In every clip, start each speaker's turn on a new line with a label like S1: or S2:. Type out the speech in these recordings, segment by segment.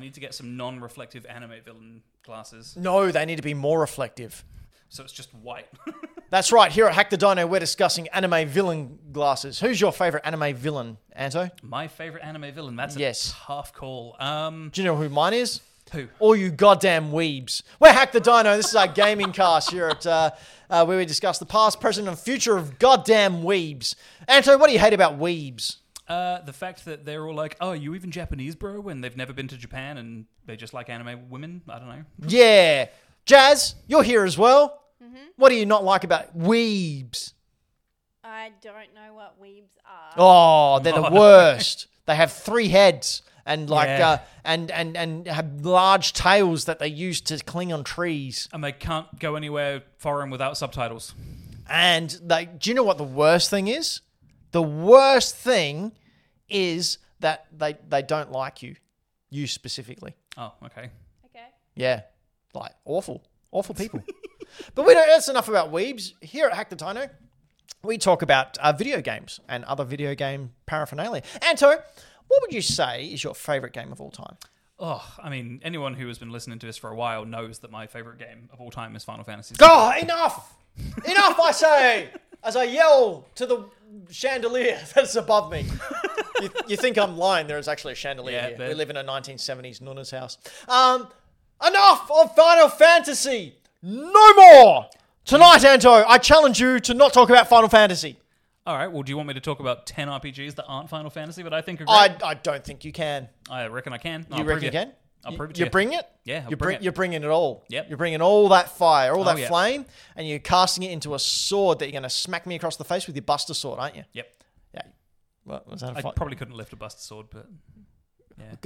S1: need to get some non-reflective anime villain glasses,
S2: No, they need to be more reflective.
S1: so it's just white.
S2: That's right. Here at Hack the Dino, we're discussing anime villain glasses. Who's your favorite anime villain, Anto?
S1: My favorite anime villain. That's a
S2: Yes.
S1: tough call. Um,
S2: Do you know who mine is?
S1: who?
S2: All you goddamn weebs. We're Hack the Dino. This is our gaming cast here at uh, uh, where we discuss the past, present, and future of goddamn weebs. Anto, what do you hate about weebs?
S1: Uh, the fact that they're all like, "Oh, are you even Japanese, bro?" When they've never been to Japan and they just like anime women. I don't know.
S2: Yeah. Jazz, you're here as well. What do you not like about weebs?
S3: I don't know what weebs are.
S2: Oh, they're the
S1: Oh, no.
S2: worst. They have three heads and like
S1: Yeah.
S2: uh, and and and have large tails that they use to cling on trees.
S1: And they can't go anywhere foreign without subtitles.
S2: And they, do you know what the worst thing is? The worst thing is that they they don't like you, you specifically.
S1: Oh, okay.
S3: Okay.
S2: Yeah, like awful, awful people. but we don't. That's enough about weebs. Here at Hack the Dino, we talk about uh, video games and other video game paraphernalia. Anto, what would you say is your favorite game of all time?
S1: Oh, I mean, anyone who has been listening to this for a while knows that my favorite game of all time is Final Fantasy.
S2: Oh, enough! Enough, I say! As I yell to the chandelier that's above me. you, you think I'm lying. There is actually a chandelier
S1: Yeah,
S2: here.
S1: there-
S2: We live in a 1970s Nunna's house. Um, enough of Final Fantasy! No more! Tonight, Anto, I challenge you to not talk about Final Fantasy.
S1: All right. Well, do you want me to talk about ten RPGs that aren't Final Fantasy, but I think are great?
S2: I, I don't think you can.
S1: I, reckon I can.
S2: You reckon you can?
S1: I'll
S2: You-
S1: prove it to
S2: you
S1: you.
S2: bring it?
S1: Yeah, I'll
S2: you
S1: bring
S2: bring,
S1: it.
S2: you're bringing it all.
S1: Yep. Oh,
S2: You're bringing all that fire, all that
S1: yeah.
S2: flame, and you're casting it into a sword that you're going to smack me across the face with your Buster sword, aren't you?
S1: Yep.
S2: Yeah. What, was that a
S1: I
S2: fight?
S1: probably couldn't lift a Buster Sword, but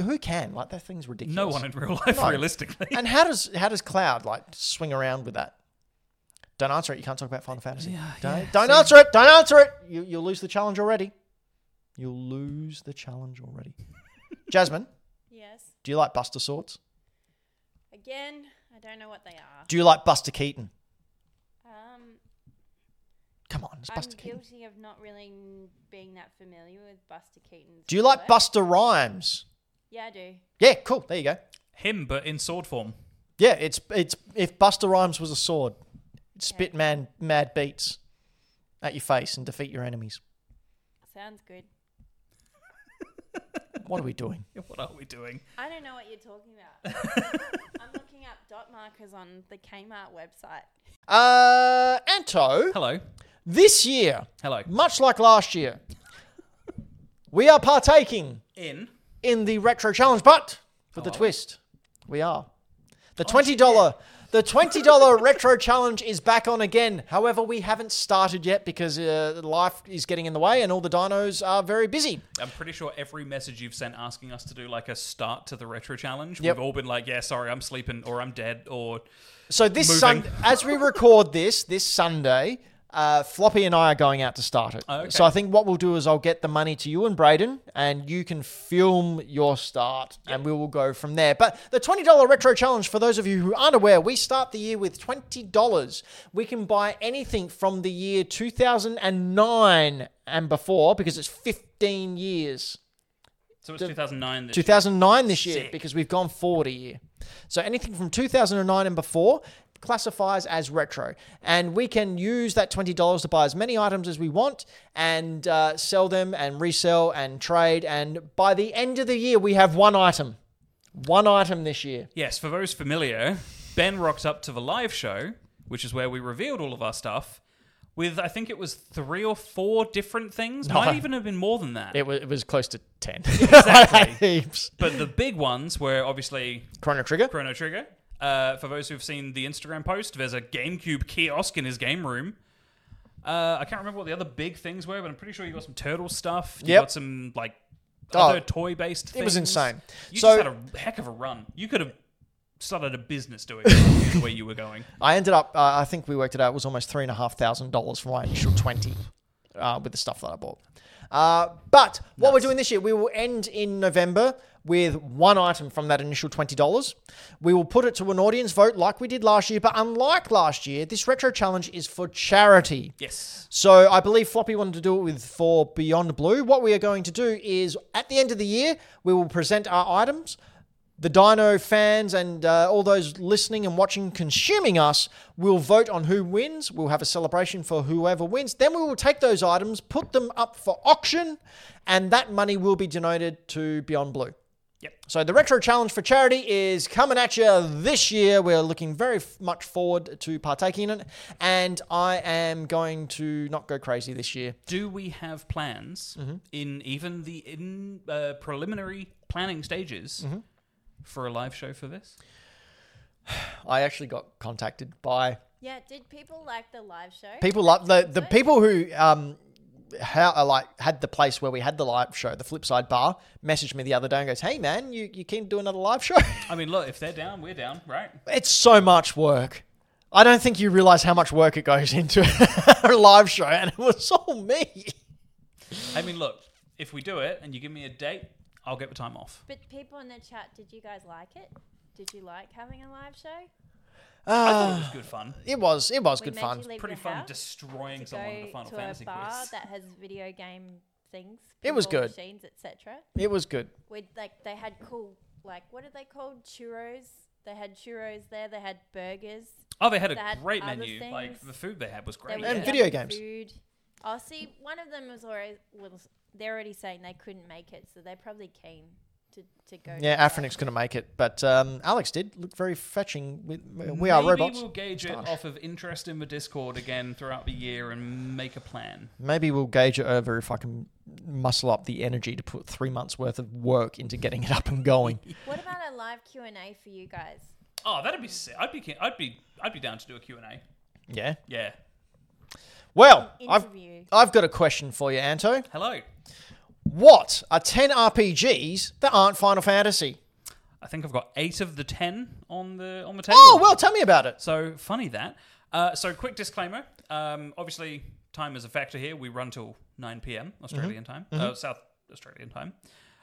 S2: Who can? Like that thing's ridiculous.
S1: no one in real life,
S2: No.
S1: realistically.
S2: and how does how does Cloud like swing around with that? Don't answer it. You can't talk about Final Fantasy.
S1: Yeah,
S2: don't
S1: yeah,
S2: don't
S1: same.
S2: answer it. Don't answer it. You you'll lose the challenge already. You'll lose the challenge already. Jasmine,
S3: Yes.
S2: do you like Buster Swords?
S3: Again, I don't know what they are.
S2: Do you like Buster Keaton?
S3: Um,
S2: Come on, it's
S3: I'm
S2: Buster Keaton.
S3: guilty of not really being that familiar with Buster Keaton's.
S2: Do you like
S3: work.
S2: Buster Rhymes?
S3: Yeah, I do.
S2: Yeah, cool. There you go.
S1: Him, but in sword form.
S2: Yeah, it's it's if Buster Rhymes was a sword, spit man mad beats at your face and defeat your enemies.
S3: Sounds good.
S2: What are we doing?
S1: What are we doing?
S3: I don't know what you're talking about. I'm looking up dot markers on the Kmart website.
S2: Uh, Anto,
S1: Hello.
S2: this year,
S1: Hello.
S2: much like last year, we are partaking
S1: In.
S2: in the retro challenge, but with the
S1: Hello.
S2: twist, we are the twenty dollar. The twenty dollar retro challenge is back on again. However, we haven't started yet because uh, life is getting in the way, and all the dinos are very busy.
S1: I'm pretty sure every message you've sent asking us to do like a start to the retro challenge,
S2: Yep.
S1: we've all been like, yeah, sorry, I'm sleeping or I'm dead or
S2: So this
S1: Moving.
S2: Sunday, as we record this this Sunday, uh, Floppy and I are going out to start it.
S1: Oh, Okay.
S2: So I think what we'll do is I'll get the money to you and Braden, and you can film your start, and we will go from there. But the twenty dollar retro challenge for those of you who aren't aware, we start the year with twenty dollars. We can buy anything from the year two thousand and nine and before because it's fifteen years.
S1: so it's 2009. This
S2: 2009 this year
S1: Sick.
S2: because we've gone forward a year. So anything from 2009 and before classifies as retro. And we can use that $20 to buy as many items as we want and uh, sell them and resell and trade. And by the end of the year, we have one item. One item this year.
S1: Yes, for those familiar, Ben rocked up to the live show, which is where we revealed all of our stuff. With I think it was three or four different things, might even have been more than that.
S2: It was, it was close to 10.
S1: Exactly.
S2: Heaps.
S1: but the big ones were obviously
S2: Chrono Trigger.
S1: Chrono Trigger. Uh, for those who've seen the Instagram post, there's a GameCube kiosk in his game room. Uh, I can't remember what the other big things were, but I'm pretty sure you got some turtle stuff. You
S2: Yep.
S1: got some like
S2: Oh,
S1: other toy based things.
S2: was insane.
S1: You
S2: So-
S1: just had a heck of a run. You could have started a business doing it the way you were going.
S2: I ended up, uh, I think we worked it out, it was almost $3,500 for my initial 20 uh, with the stuff that I bought. Uh, but what we're doing this year, we will end in November with one item from that initial $20. We will put it to an audience vote like we did last year, but unlike last year, this retro challenge is for charity.
S1: Yes.
S2: So I believe Floppy wanted to do it with for Beyond Blue. What we are going to do is at the end of the year, we will present our items. The Dino fans and uh, all those listening and watching, consuming us, will vote on who wins. We'll have a celebration for whoever wins. Then we will take those items, put them up for auction, and that money will be donated to Beyond Blue.
S1: Yep.
S2: So the retro challenge for charity is coming at you this year. We're looking very f- much forward to partaking in it, and I am going to not go crazy this year.
S1: Do we have plans
S2: Mm-hmm.
S1: in even the in uh, preliminary planning stages
S2: Mm-hmm.
S1: for a live show for this?
S2: I actually got contacted by
S3: Yeah, did people like the live show?
S2: people like the the people who um how uh, like had the place where we had the live show, the Flipside Bar, messaged me the other day and goes, "Hey man, you you keen to do another live show?"
S1: I mean, look, if they're down, we're down, right?
S2: it's so much work. I don't think you realize how much work it goes into a live show, and it was all me.
S1: I mean, look, if we do it and you give me a date, I'll get the time off.
S3: but people in the chat, did you guys like it? Did you like having a live show?
S1: I thought it was good fun.
S2: Ah, It was it was
S3: We
S2: good
S3: made
S2: fun.
S3: You leave
S1: Pretty
S3: your
S1: fun
S3: house
S1: destroying
S3: to
S1: someone in the
S3: go
S1: Final
S3: to
S1: Fantasy
S3: a bar
S1: quiz.
S3: that has video game things.
S2: It was
S3: pinball
S2: good.
S3: Machines, etc.
S2: It was good.
S3: With like they had cool like what are they called churros? They had churros there. They had burgers.
S1: Oh, they had a
S3: that
S1: great
S3: other
S1: menu. Like
S3: things.
S1: the food they had was
S3: There
S1: great.
S3: was
S2: And
S3: yummy
S2: video games.
S3: Food. Oh, see, one of them was already was they're already saying they couldn't make it, so they're probably keen to to go. to
S2: Yeah,
S3: that.
S2: Afronix couldn't make it, but um, Alex did look very fetching. With uh, We Are
S1: Maybe
S2: Robots.
S1: we'll gauge it off of interest in the Discord again throughout the year and make a plan.
S2: Maybe we'll gauge it over if I can muscle up the energy to put three months worth of work into getting it up and going.
S3: What about a live Q and A for you guys?
S1: Oh, that'd be sick. I'd be ke- I'd be I'd be down to do a Q&A.
S2: yeah.
S1: Yeah.
S2: Well, I've
S3: Interview.
S2: I've got a question for you, Anto.
S1: Hello.
S2: What are ten RPGs that aren't Final Fantasy?
S1: I think I've got 8 of the 10 on the on the table.
S2: Oh well, tell me about it.
S1: So funny that. Uh, so quick disclaimer. Um, obviously, time is a factor here. We run till 9 p.m. Australian
S2: Mm-hmm.
S1: time, Uh, South Australian time.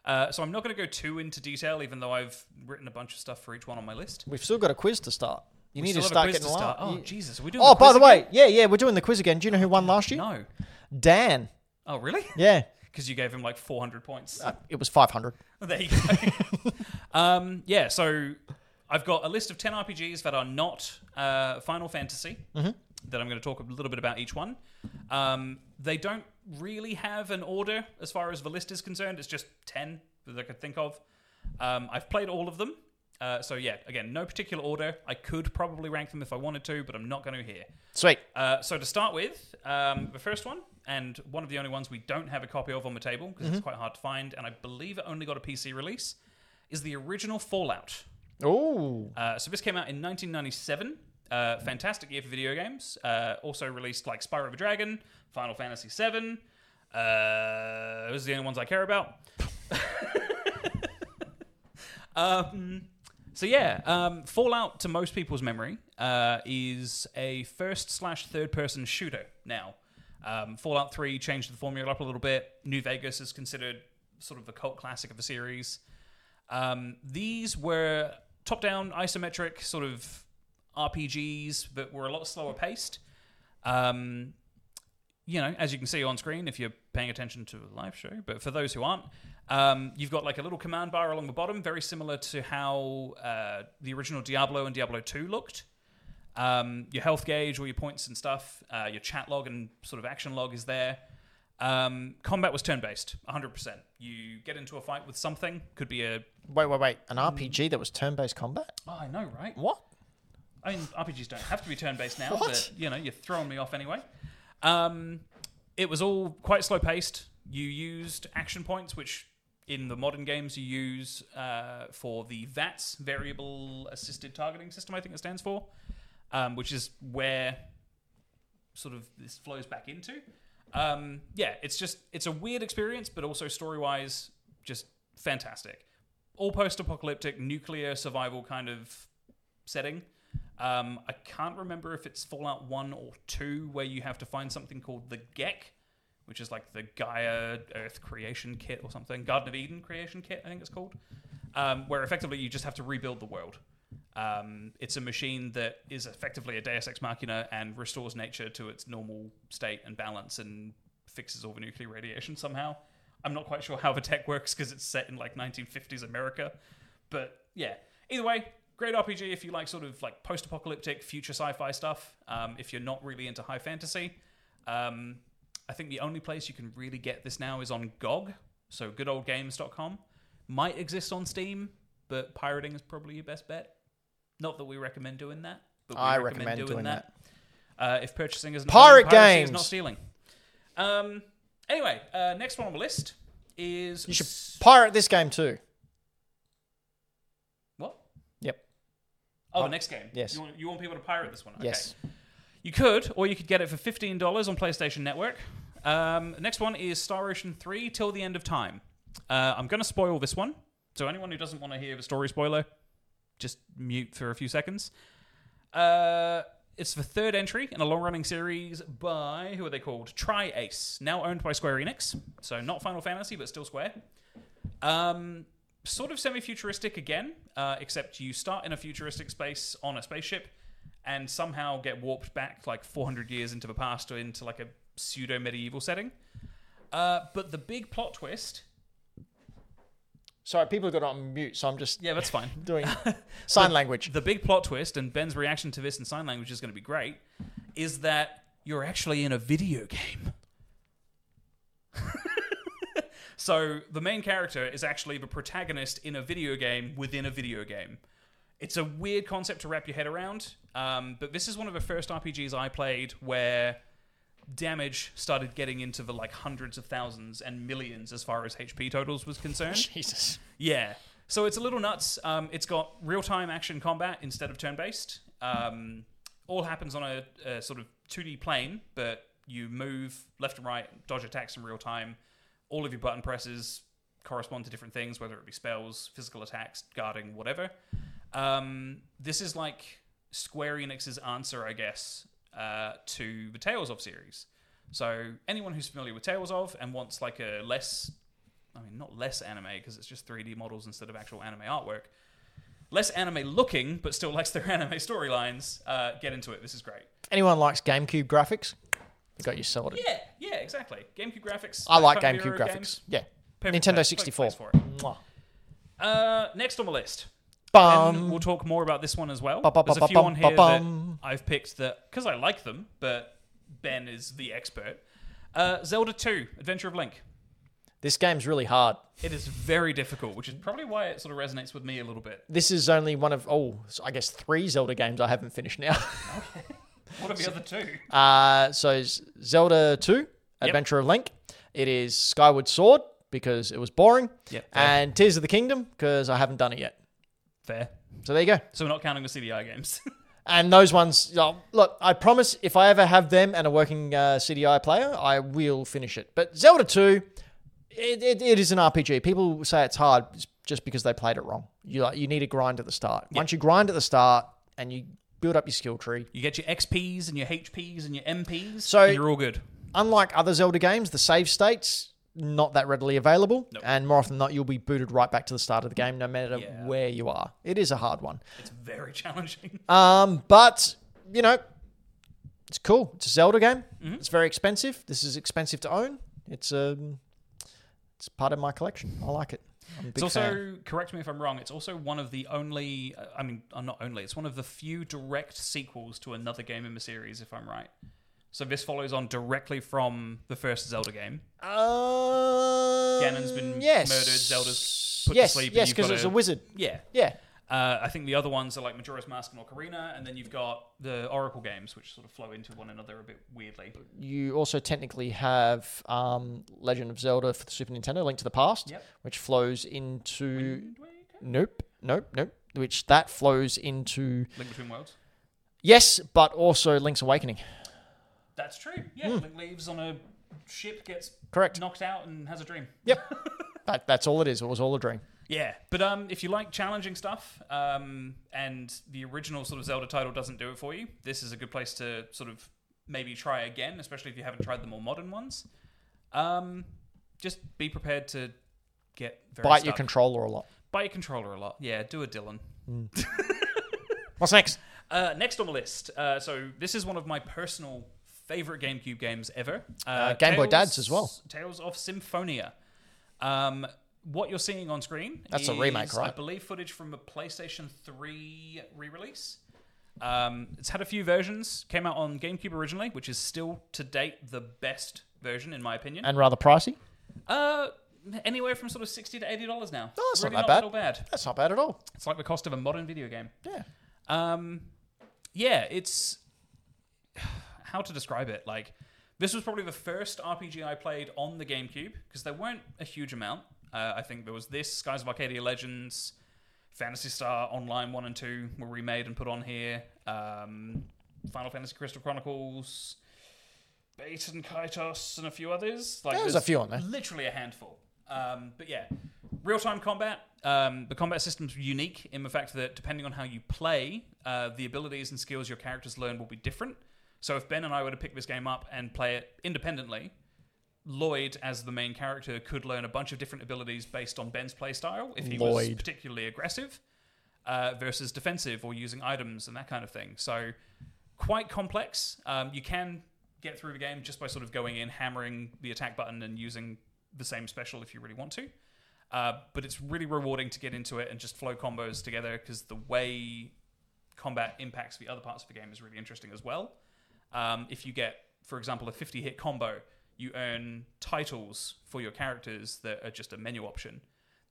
S1: Uh, so I'm not going to go too into detail, even though I've written a bunch of stuff for each one on my list.
S2: We've still got a quiz to start. You
S1: We
S2: need to
S1: still have a
S2: start
S1: quiz
S2: getting
S1: to start.
S2: live.
S1: Oh
S2: Yeah.
S1: Jesus, are we doing?
S2: Oh,
S1: the
S2: by
S1: quiz
S2: the way, yeah, yeah, we're doing the quiz again. Do you know who won last year?
S1: again? no,
S2: Dan.
S1: oh really?
S2: Yeah,
S1: Because you gave him like 400 points.
S2: it was five hundred.
S1: There you go. um, yeah, so I've got a list of 10 RPGs that are not uh, Final Fantasy that I'm going to talk a little bit about each one. Um, they don't really have an order as far as the list is concerned, it's just 10 that I could think of. Um, I've played all of them. Uh, so, yeah, again, no particular order. I could probably rank them if I wanted to, but I'm not going to here.
S2: Sweet.
S1: Uh, so to start with, um, the first one, and one of the only ones we don't have a copy of on the table because it's quite hard to find, and I believe it only got a PC release, is the original Fallout.
S2: Oh,
S1: Uh, so this came out in 1997. Uh, fantastic year for video games. Uh, also released like Spyro the Dragon, Final Fantasy VII. Uh, those are the only ones I care about. um, so yeah, um, Fallout to most people's memory uh, is a first slash third person shooter now. Um, Fallout 3 changed the formula up a little bit. New Vegas is considered sort of the cult classic of the series. Um, these were top down isometric sort of RPGs that were a lot slower paced. Um, you know, as you can see on screen if you're paying attention to the live show, but for those who aren't, um, you've got like a little command bar along the bottom, very similar to how uh, the original Diablo and Diablo 2 looked. Um, your health gauge, all your points and stuff, uh, your chat log and sort of action log is there. Um, combat was turn based, 100%. You get into a fight with something, could be a
S2: wait, wait, wait.
S1: Mm.
S2: An RPG that was turn-based combat.
S1: Oh, I know, right?
S2: What?
S1: I mean, RPGs don't have to be turn-based now,
S2: What?
S1: but you know, you're throwing me off anyway. Um, it was all quite slow-paced. You used action points, which in the modern games you use uh, for the VATS variable assisted targeting system. I think it stands for, um, which is where sort of this flows back into. Um, yeah, it's just it's a weird experience, but also story-wise, just fantastic. All post-apocalyptic nuclear survival kind of setting. Um, I can't remember if it's Fallout 1 or 2 where you have to find something called the Gek, which is like the Gaia Earth creation kit or something. Garden of Eden creation kit, I think it's called. Um, where effectively you just have to rebuild the world. Um, it's a machine that is effectively a Deus Ex Machina and restores nature to its normal state and balance and fixes all the nuclear radiation somehow. I'm not quite sure how the tech works because it's set in like 1950s America, But yeah, either way, great RPG if you like sort of like post-apocalyptic future sci-fi stuff. Um, if you're not really into high fantasy, um, I think the only place you can really get this now is on GOG, so goodoldgames.com. Might exist on Steam, but pirating is probably your best bet. Not that we recommend doing that, but we
S2: I recommend doing
S1: Uh, if purchasing is an
S2: Pirate
S1: option, piracy is
S2: games!
S1: not stealing. Um, anyway, uh, next one on the list is
S2: You should pirate this game too.
S1: what?
S2: Yep.
S1: Oh, the next game.
S2: yes.
S1: You want, you want people to pirate this one? Okay.
S2: Yes.
S1: You could, or you could get it for fifteen dollars on PlayStation Network. Um, next one is Star Ocean Three: Till the End of Time. Uh, I'm going to spoil this one, so anyone who doesn't want to hear the story spoiler, just mute for a few seconds. Uh, it's the third entry in a long-running series by who are they called? Tri Ace, now owned by Square Enix, so not Final Fantasy, but still Square. Um, sort of semi-futuristic again, uh, except you start in a futuristic space on a spaceship, and somehow get warped back like 400 years into the past or into like a pseudo medieval setting. Uh, but the big plot twist,
S2: Sorry, people got it on mute, so I'm just
S1: yeah, that's fine.
S2: doing sign language.
S1: The big plot twist, and Ben's reaction to this in sign language is going to be great, is that you're actually in a video game. so the main character is actually the protagonist in a video game within a video game. It's a weird concept to wrap your head around, um, but this is one of the first RPGs I played where damage started getting into the like hundreds of thousands and millions as far as HP totals was concerned.
S2: Jesus.
S1: Yeah. So it's a little nuts. Um, it's got real time action combat instead of turn based. Um, all happens on a, a sort of 2D plane, but you move left and right, dodge attacks in real time. All of your button presses correspond to different things, whether it be spells, physical attacks, guarding, whatever. Um, this is like Square Enix's answer, I guess, uh, to the Tales of series. So anyone who's familiar with Tales of and wants like a less I mean, not less anime because it's just 3D models instead of actual anime artwork. Less anime looking, but still likes their anime storylines. Uh, get into it. This is great.
S2: Anyone likes GameCube graphics? You got you sorted.
S1: Yeah, yeah, exactly. GameCube graphics.
S2: I like
S1: Perfect
S2: GameCube
S1: Hero
S2: graphics.
S1: games.
S2: Yeah.
S1: Perfect
S2: Nintendo
S1: place-
S2: 64.
S1: place for it.
S2: Mwah.
S1: Uh, next on the list. and
S2: Bum.
S1: we'll talk more about this one as well.
S2: Um, Ba- ba-
S1: There's a
S2: ba-
S1: few
S2: bum-
S1: on
S2: ba-
S1: here that
S2: bum.
S1: I've picked that because I like them, but Ben is the expert. Uh, Zelda 2: Adventure of Link.
S2: This game's really hard.
S1: It is very difficult, which is probably why it sort of resonates with me a little bit.
S2: This is only one of oh, so I guess three Zelda games I haven't finished now.
S1: What are the other two?
S2: Uh, so it's Zelda 2, Adventure of Link. It is Skyward Sword because it was boring.
S1: Yep.
S2: And Tears of the Kingdom because I haven't done it yet.
S1: Fair.
S2: So there you go.
S1: So we're not counting the CDI games.
S2: And those ones, you know, look, I promise if I ever have them and a working uh, CDI player, I will finish it. But Zelda 2, it, it, it is an RPG. People say it's hard just because they played it wrong. You like, you need to grind at the start. Once you grind at the start and you build up your skill tree,
S1: you get your XPs and your HPs and your MPs,
S2: So-
S1: and you're all good.
S2: unlike other Zelda games, the save states not that readily available, and more often than not, you'll be booted right back to the start of the game, no matter
S1: Yeah.
S2: where you are. It is a hard one,
S1: It's very challenging.
S2: um, but you know, it's cool. It's a Zelda game.
S1: Mm-hmm.
S2: It's very expensive. This is expensive to own. It's um, it's part of my collection. I like it. I'm a big
S1: It's also,
S2: fan.
S1: correct me if I'm wrong, it's also one of the only, uh, I mean, uh, not only, it's one of the few direct sequels to another game in the series, if I'm right. So this follows on directly from the first Zelda game.
S2: Um,
S1: Ganon's been
S2: yes.
S1: murdered, Zelda's put to
S2: yes,
S1: sleep, and
S2: Yes,
S1: you've
S2: because
S1: gotta-
S2: it's a wizard.
S1: Yeah.
S2: Yeah.
S1: Uh, I think the other ones are like Majora's Mask and Ocarina, and then you've got the Oracle games, which sort of flow into one another a bit weirdly.
S2: you also technically have um, Legend of Zelda for the Super Nintendo, Link to the Past,
S1: Yep.
S2: which flows into nope, nope, nope, which that flows into
S1: Link Between Worlds.
S2: yes, but also Link's Awakening.
S1: That's true. Yeah, Link leaves on a ship, gets
S2: Correct.
S1: knocked out, and has a dream.
S2: Yep, that, that's all it is. It was all a dream.
S1: Yeah, but um, if you like challenging stuff, um, and the original sort of Zelda title doesn't do it for you, this is a good place to sort of maybe try again, especially if you haven't tried the more modern ones. Um, just be prepared to get very
S2: Bite your
S1: stuck.
S2: controller a lot.
S1: bite your controller a lot. Yeah, do a Dylan.
S2: What's next?
S1: Uh, next on the list, uh, so this is one of my personal favorite GameCube games ever. Uh,
S2: Game Boy Dads as well.
S1: Tales of Symphonia. Um, what you're seeing on screen
S2: That's a
S1: is,
S2: remake,
S1: I
S2: right?
S1: believe footage from a PlayStation 3 re-release. Um, it's had a few versions. Came out on GameCube originally, which is still to date the best version in my opinion.
S2: and rather pricey.
S1: Uh, anywhere from sort of sixty to eighty dollars now.
S2: Oh, that's
S1: really
S2: not
S1: not
S2: that
S1: at all bad.
S2: That's not bad at all.
S1: It's like the cost of a modern video game.
S2: Yeah.
S1: Um, yeah, it's how to describe it. Like, this was probably the first RPG I played on the GameCube because there weren't a huge amount. Uh, I think there was this Skies of Arcadia Legends, Fantasy Star Online One and Two were remade and put on here. Um, Final Fantasy Crystal Chronicles, Bait and Kaitos, and a few others. Like,
S2: There's a
S1: there's
S2: few on there.
S1: Literally a handful. Um, but yeah, real time combat. Um, the combat system's unique in the fact that depending on how you play, uh, the abilities and skills your characters learn will be different. So if Ben and I were to pick this game up and play it independently, Lloyd, as the main character, could learn a bunch of different abilities based on Ben's playstyle if he was
S2: Lloyd.
S1: particularly aggressive uh, versus defensive or using items and that kind of thing. So quite complex. Um, you can get through the game just by sort of going in, hammering the attack button, and using the same special if you really want to. Uh, but it's really rewarding to get into it and just flow combos together because the way combat impacts the other parts of the game is really interesting as well. Um, if you get, for example, a 50 hit combo, you earn titles for your characters that are just a menu option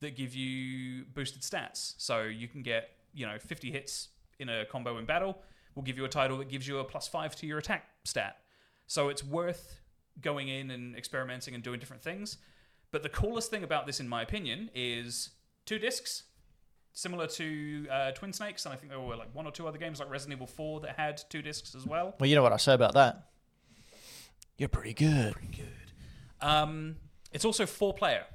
S1: that give you boosted stats. So you can get, you know, 50 hits in a combo in battle will give you a title that gives you a plus five to your attack stat. So it's worth going in and experimenting and doing different things. But the coolest thing about this, in my opinion, is two discs, similar to uh, Twin Snakes, and I think there were like one or two other games like Resident Evil 4 that had two discs as well.
S2: Well, you know what I say about that. You're pretty good.
S1: Um, it's also four player.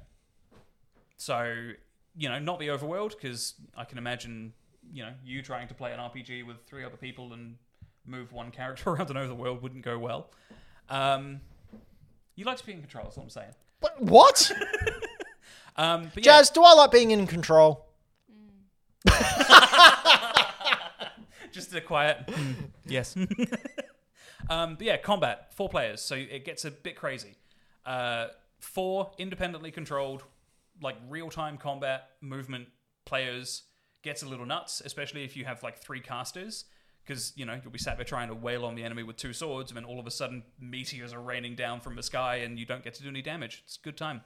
S1: So, you know, not the overworld, because I can imagine, you know, you trying to play an RPG with three other people and move one character around an overworld wouldn't go well. Um, you like to be in control, that's what I'm saying.
S2: What? what?
S1: Um, but yeah,
S2: Jazz, do I like being in control?
S1: just a quiet. "Hmm, yes. um, but yeah, combat four players, so it gets a bit crazy. Uh, four independently controlled, like real time combat movement players gets a little nuts, especially if you have like three casters. Because you know you'll be sat there trying to wail on the enemy with two swords, and then all of a sudden meteors are raining down from the sky, and you don't get to do any damage. It's a good time.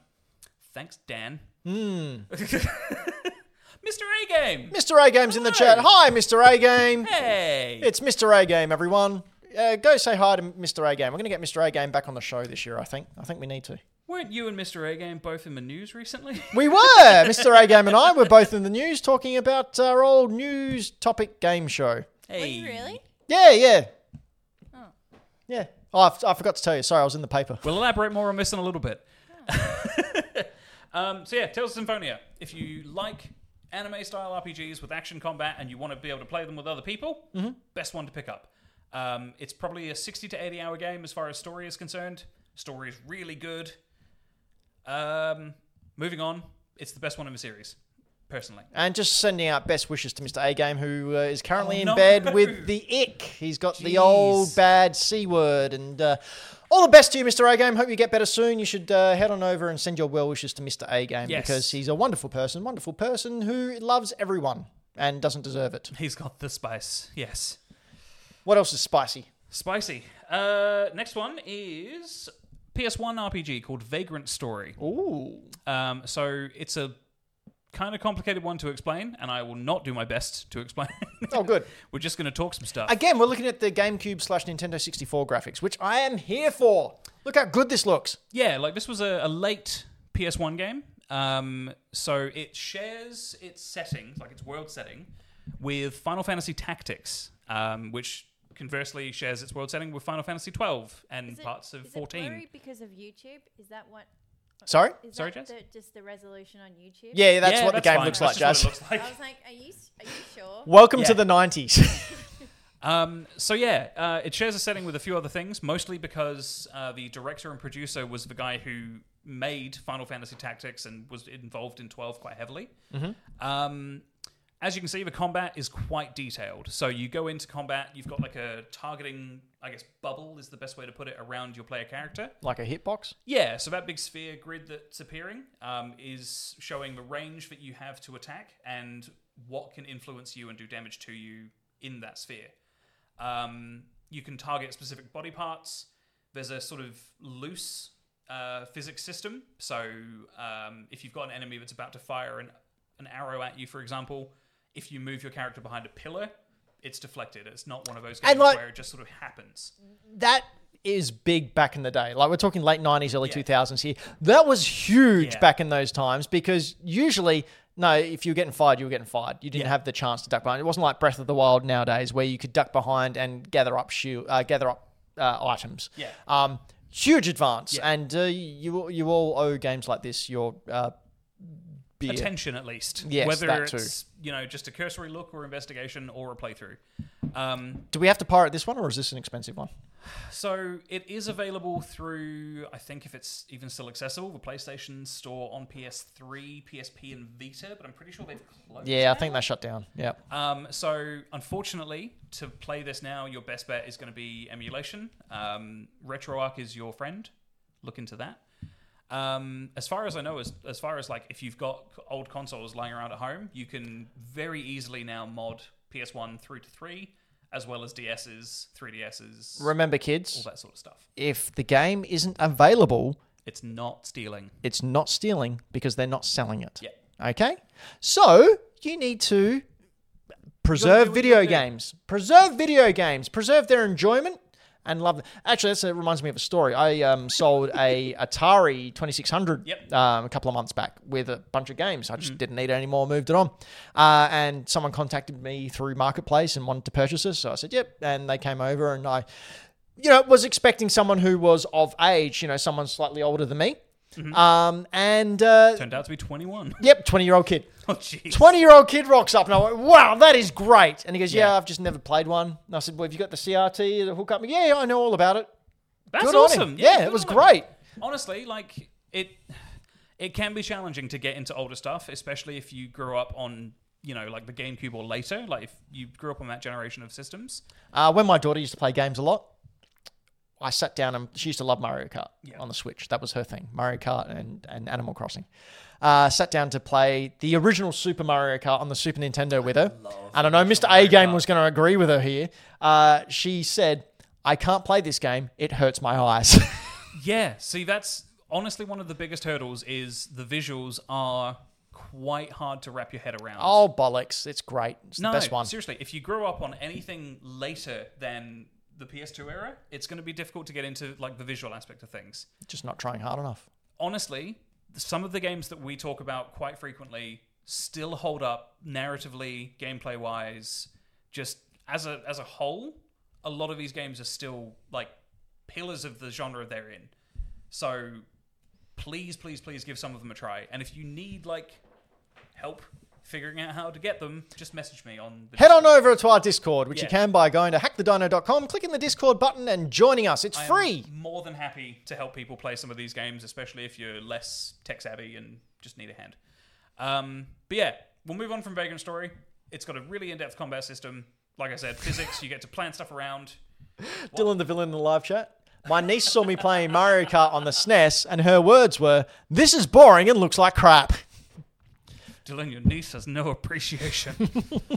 S1: Thanks, Dan. Mr. A Game.
S2: Mr. A Game's in the chat. Hi, Mr. A Game.
S1: Hey.
S2: It's Mr. A Game, everyone. Uh, go say hi to Mr. A Game. We're going to get Mr. A Game back on the show this year, I think. I think we need to.
S1: Weren't you and Mr. A Game both in the news recently?
S2: We were! Mr. A Game and I were both in the news talking about our old news topic game show.
S1: hey.
S3: really?
S2: Yeah, yeah.
S3: Oh.
S2: Yeah. Oh, I, f- I forgot to tell you. Sorry, I was in the paper.
S1: We'll elaborate more on this in a little bit. um, so yeah, Tales of Symphonia. If you like anime style RPGs with action combat and you want to be able to play them with other people, best one to pick up. Um, it's probably a 60 to 80 hour game as far as story is concerned. Story is really good. Um, moving on, it's the best one in the series, personally.
S2: And just sending out best wishes to Mr. A Game, who uh, is currently
S1: Oh,
S2: in
S1: no.
S2: bed with the ick. He's got the
S1: Jeez.
S2: old bad C word. And uh, all the best to you, Mr. A Game. Hope you get better soon. You should uh, head on over and send your well wishes to Mr. A Game
S1: Yes.
S2: because he's a wonderful person, wonderful person who loves everyone and doesn't deserve it.
S1: He's got the spice, yes.
S2: What else is spicy?
S1: Spicy. Uh, next one is PS1 RPG called Vagrant Story.
S2: Ooh.
S1: Um, so it's a kind of complicated one to explain, and I will not do my best to explain.
S2: Oh, good.
S1: We're just going to talk some stuff.
S2: Again, we're looking at the GameCube slash Nintendo 64 graphics, which I am here for. Look how good this looks.
S1: yeah, like this was a, a late PS1 game. Um, so it shares its settings, like its world setting, with Final Fantasy Tactics, um, which conversely shares its world setting with Final Fantasy 12 and
S3: Is it-
S1: parts of
S3: is it
S1: 14.
S3: blurry because of YouTube? Is that what?
S2: Sorry?
S3: Is
S1: Sorry, Jess?
S3: that the, just the resolution on YouTube?
S2: Yeah, yeah, that's
S1: Yeah,
S2: what the game
S1: fine.
S2: looks like,
S1: That's
S2: Jazz.
S1: just what it looks like.
S3: I was like, are you s- are you sure?
S2: Welcome to
S1: Yeah.
S2: the 90s.
S1: Um, so yeah, uh, it shares a setting with a few other things, mostly because uh, the director and producer was the guy who made Final Fantasy Tactics and was involved in Twelve quite heavily. Um, as you can see, the combat is quite detailed. So you go into combat, you've got like a targeting, I guess, bubble is the best way to put it around your player character.
S2: Like a hitbox?
S1: Yeah, so that big sphere grid that's appearing um, is showing the range that you have to attack and what can influence you and do damage to you in that sphere. Um, you can target specific body parts. There's a sort of loose uh, physics system. So um, if you've got an enemy that's about to fire an, an arrow at you, for example, if you move your character behind a pillar, it's deflected. It's not one of those
S2: And,
S1: games
S2: like-
S1: where it just sort of happens.
S2: That is big back in the day. Like we're talking late 90s, early
S1: Yeah.
S2: 2000s here. That was huge
S1: Yeah.
S2: back in those times because usually, no, if you were getting fired, you were getting fired. You didn't
S1: Yeah.
S2: have the chance to duck behind. It wasn't like Breath of the Wild nowadays where you could duck behind and gather up shoe, uh, gather up uh, items.
S1: Yeah.
S2: Um, huge advance.
S1: Yeah.
S2: And uh, you you all owe games like this your uh, beer.
S1: attention at least.
S2: Yes,
S1: Whether
S2: that too.
S1: it's you know just a cursory look or investigation or a playthrough. Um,
S2: Do we have to pirate this one or is this an expensive one?
S1: so it is available through I think if it's even still accessible, the PlayStation Store on PS3, PSP, and Vita. But I'm pretty sure they've closed.
S2: Yeah,
S1: now.
S2: I think they shut down. Yeah.
S1: Um, so unfortunately, to play this now, your best bet is going to be emulation. Um, RetroArch is your friend. Look into that. Um, as far as I know, as, as far as like if you've got old consoles lying around at home, you can very easily now mod PS1 through to three, as well as DSs, 3DSs,
S2: Remember,
S1: all
S2: kids,
S1: that sort of stuff.
S2: if the game isn't available,
S1: It's not stealing.
S2: it's not stealing because they're not selling it.
S1: Yeah.
S2: Okay? So you need to preserve
S1: do what you
S2: video
S1: gotta do.
S2: games. Preserve video games. Preserve their enjoyment and love them. Actually, that's, that reminds me of a story. I um, sold a Atari 2600
S1: Yep.
S2: um, a couple of months back with a bunch of games. I just didn't need it anymore, moved it on. Uh, and someone contacted me through Marketplace and wanted to purchase this. So I said, yep. And they came over and I you know, was expecting someone who was of age, you know, someone slightly older than me. Um, and uh,
S1: Turned out to be 21.
S2: yep, 20 year old kid.
S1: oh, jeez.
S2: 20 year old kid rocks up and I went, wow, that is great. And he goes, yeah,
S1: Yeah.
S2: I've just never played one. And I said, well, have you got the CRT to hook up? Yeah, yeah, I know all about it.
S1: That's
S2: Good on him.
S1: awesome.
S2: Yeah, it
S1: good
S2: was
S1: on him.
S2: great.
S1: Honestly, like it it can be challenging to get into older stuff, especially if you grew up on, you know, like the GameCube or later, like if you grew up on that generation of systems.
S2: Uh, when my daughter used to play games a lot, I sat down and she used to love Mario Kart
S1: Yeah.
S2: on the Switch. That was her thing, Mario Kart and, and Animal Crossing. Uh, sat down to play the original Super Mario Kart on the Super Nintendo with her. And I know Mr. A Game was going to agree with her here. Uh, she said, I can't play this game. It hurts my eyes.
S1: Yeah, see that's honestly one of the biggest hurdles is the visuals are quite hard to wrap your head around.
S2: oh, bollocks. It's great. It's the best one.
S1: Seriously, if you grew up on anything later than the PS2 era, it's going to be difficult to get into like the visual aspect of things.
S2: Just not trying hard enough.
S1: honestly, some of the games that we talk about quite frequently still hold up narratively, gameplay wise, just as a as a whole, a lot of these games are still like pillars of the genre they're in. So please, please, please give some of them a try. And if you need like help figuring out how to get them, just message me on the
S2: Head on over to our Discord, which you
S1: Yeah.
S2: can by going to hackthedino.com, clicking the Discord button, and joining us. It's
S1: I am
S2: free.
S1: more than happy to help people play some of these games, especially if you're less tech savvy and just need a hand. Um, but yeah, we'll move on from Vagrant Story. It's got a really in-depth combat system. Like I said, physics. You get to plan stuff around.
S2: Dylan the villain in the live chat. My niece saw me playing Mario Kart on the SNES, and her words were, "This is boring and looks like crap."
S1: Dylan, your niece has no appreciation.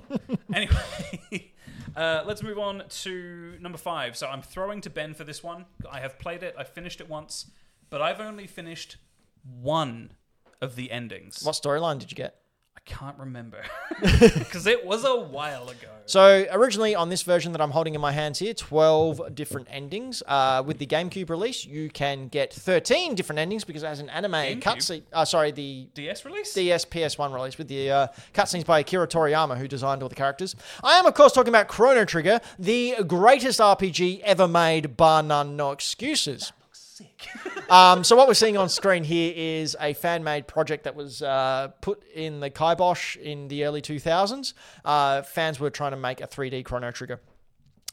S1: anyway, uh, let's move on to number five. So I'm throwing to Ben for this one. I have played it. I finished it once, but I've only finished one of the endings.
S2: What storyline did you get?
S1: I can't remember because it was a while ago.
S2: So originally on this version that I'm holding in my hands here, 12 different endings. Uh, with the GameCube release, you can get 13 different endings because it has an anime
S1: GameCube?
S2: cutscene. Uh, sorry, the
S1: DS release?
S2: DS PS1 release with the uh, cutscenes by Akira Toriyama, who designed all the characters. I am, of course, talking about Chrono Trigger, the greatest RPG ever made, bar none, no excuses.
S1: Sick.
S2: Um, so what we're seeing on screen here is a fan-made project that was uh, put in the kibosh in the early 2000s. Uh, fans were trying to make a 3D Chrono Trigger.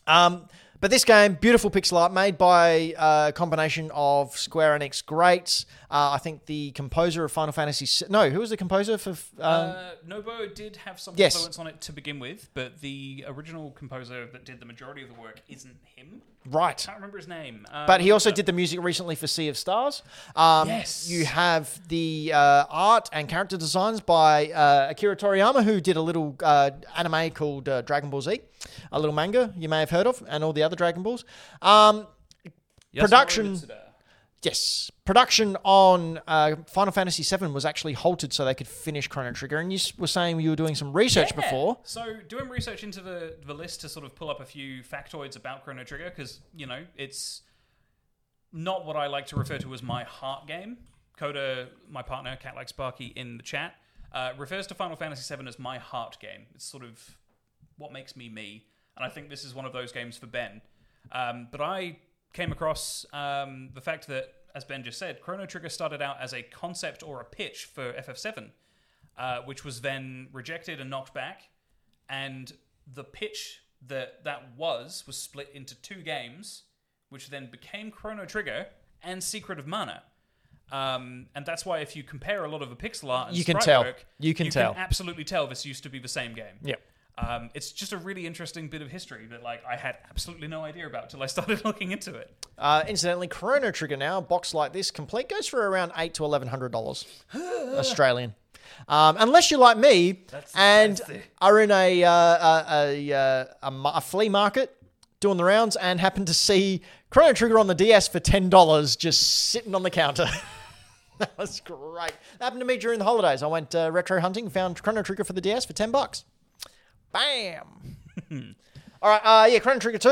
S2: Um, But this game, beautiful pixel art made by uh, a combination of Square Enix greats. Uh, I think the composer of Final Fantasy. s- No, who was the composer for? f- Um,
S1: Uh, Nobo did have some
S2: Yes.
S1: influence on it to begin with, but the original composer that did the majority of the work isn't him.
S2: right.
S1: Can't remember his name. Um,
S2: But he also did the music recently for Sea of Stars. Um,
S1: Yes.
S2: You have the uh, art and character designs by uh, Akira Toriyama, who did a little uh, anime called uh, Dragon Ball Z, a little manga you may have heard of, and all the other Dragon Balls. Um,
S1: Yasuo
S2: production-
S1: Mitsuda.
S2: Yes. Production on uh, Final Fantasy VII was actually halted so they could finish Chrono Trigger. And you s- were saying you were doing some research
S1: Yeah.
S2: before.
S1: So doing research into the the list to sort of pull up a few factoids about Chrono Trigger because you know it's not what I like to refer to as my heart game. Coda, my partner, Cat like Sparky in the chat, uh, refers to Final Fantasy VII as my heart game. It's sort of what makes me me, and I think this is one of those games for Ben. Um, but I came across um, the fact that, as Ben just said, Chrono Trigger started out as a concept or a pitch for FF7 uh, which was then rejected and knocked back. And the pitch that that was was split into two games, which then became Chrono Trigger and Secret of Mana. Um, and that's why if you compare a lot of the pixel art and
S2: You can
S1: sprite
S2: tell.
S1: work,
S2: You can tell.
S1: absolutely tell this used to be the same game.
S2: Yep.
S1: Um, it's just a really interesting bit of history that like I had absolutely no idea about till I started looking into it.
S2: Uh, incidentally, Chrono Trigger now, a box like this, complete, goes for around eight to eleven hundred dollars Australian. Um, unless you're like me and are in a, uh, a, a, uh, a, ma- a flea market doing the rounds and happen to see Chrono Trigger on the DS for ten dollars, just sitting on the counter. that was great. That happened to me during the holidays. I went uh, retro hunting, found Chrono Trigger for the DS for ten bucks. Bam. All right, uh, yeah, Chrono Trigger 2.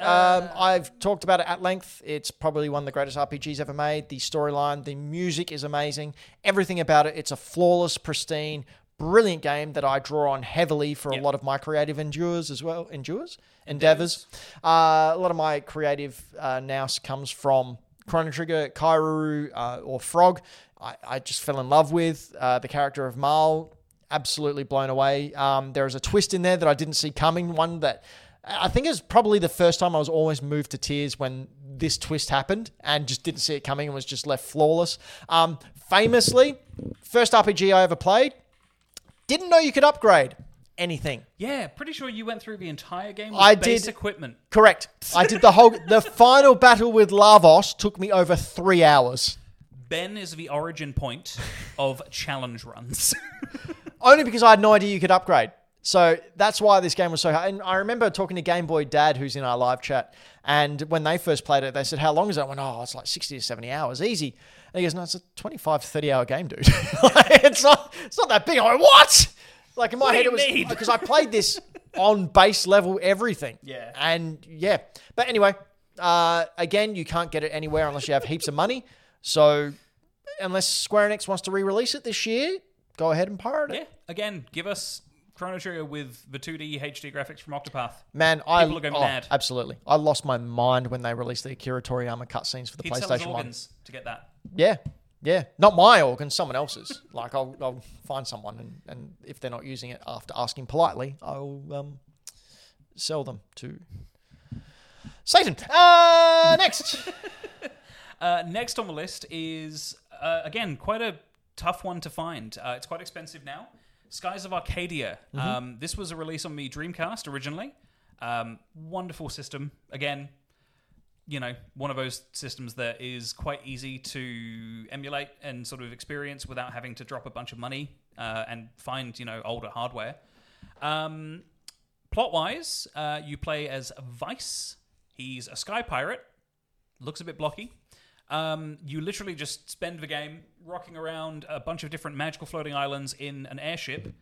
S2: Um, I've talked about it at length. It's probably one of the greatest RPGs ever made. The storyline, the music is amazing. Everything about it, it's a flawless, pristine, brilliant game that I draw on heavily for a lot of my creative endures as well. Endures? Endeavors. Uh, a lot of my creative uh, now comes from Chrono Trigger, Kairu, uh, or Frog. I, I just fell in love with uh, the character of Marl absolutely blown away. Um, there is a twist in there that I didn't see coming. One that I think is probably the first time I was almost moved to tears when this twist happened and just didn't see it coming and was just left flawless. Um, famously, first RPG I ever played, didn't know you could upgrade anything.
S1: Yeah, pretty sure you went through the entire game with
S2: I
S1: base
S2: did-
S1: equipment.
S2: Correct. I did the whole. the final battle with Lavos took me over three hours.
S1: Ben is the origin point of challenge runs.
S2: only because I had no idea you could upgrade. So that's why this game was so hard. And I remember talking to Game Boy Dad, who's in our live chat, and when they first played it, they said, How long is that? I went, Oh, it's like 60 to 70 hours, easy. And he goes, No, it's a 25 to 30 hour game, dude. Like, it's, not, it's not that big. I went, What? Like in my
S1: What do
S2: head,
S1: you
S2: it was
S1: need?
S2: because I played this on base level everything.
S1: Yeah.
S2: And yeah. But anyway, uh, again, you can't get it anywhere unless you have heaps of money. So unless Square Enix wants to re release it this year, go ahead and pirate it.
S1: yeah, again, give us Chrono Trigger with the 2D HD graphics from Octopath.
S2: Man, I
S1: People are going
S2: oh,
S1: mad.
S2: Absolutely, I lost my mind when they released the Akira Toriyama cutscenes for the
S1: He'd sell his
S2: PlayStation One.
S1: organs to get that.
S2: Yeah, yeah, not my organs, someone else's. like I'll, I'll find someone, and, and if they're not using it after asking politely, I'll um, sell them to Satan. Uh, next,
S1: Uh, next on the list is uh, again quite a tough one to find. Uh, it's quite expensive now. Skies of Arcadia. Um, this was a release on the Dreamcast originally. Um, wonderful system. Again, you know, one of those systems that is quite easy to emulate and sort of experience without having to drop a bunch of money uh, and find you know older hardware. Um, plot wise, uh, you play as Vice. He's a sky pirate. Looks a bit blocky. Um, you literally just spend the game rocking around a bunch of different magical floating islands in an airship,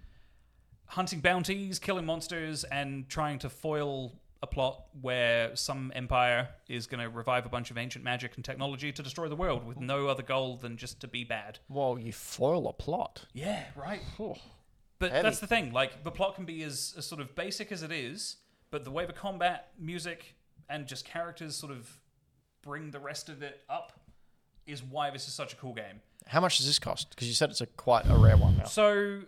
S1: hunting bounties, killing monsters, and trying to foil a plot where some empire is going to revive a bunch of ancient magic and technology to destroy the world with no other goal than just to be bad.
S2: well, you foil a plot.
S1: Yeah, right.
S2: Phew.
S1: But
S2: Heavy.
S1: that's the thing. Like the plot can be as, as sort of basic as it is, but the way the combat, music, and just characters sort of bring the rest of it up is why this is such a cool game.
S2: How much does this cost? Because you said it's a quite a rare one now.
S1: So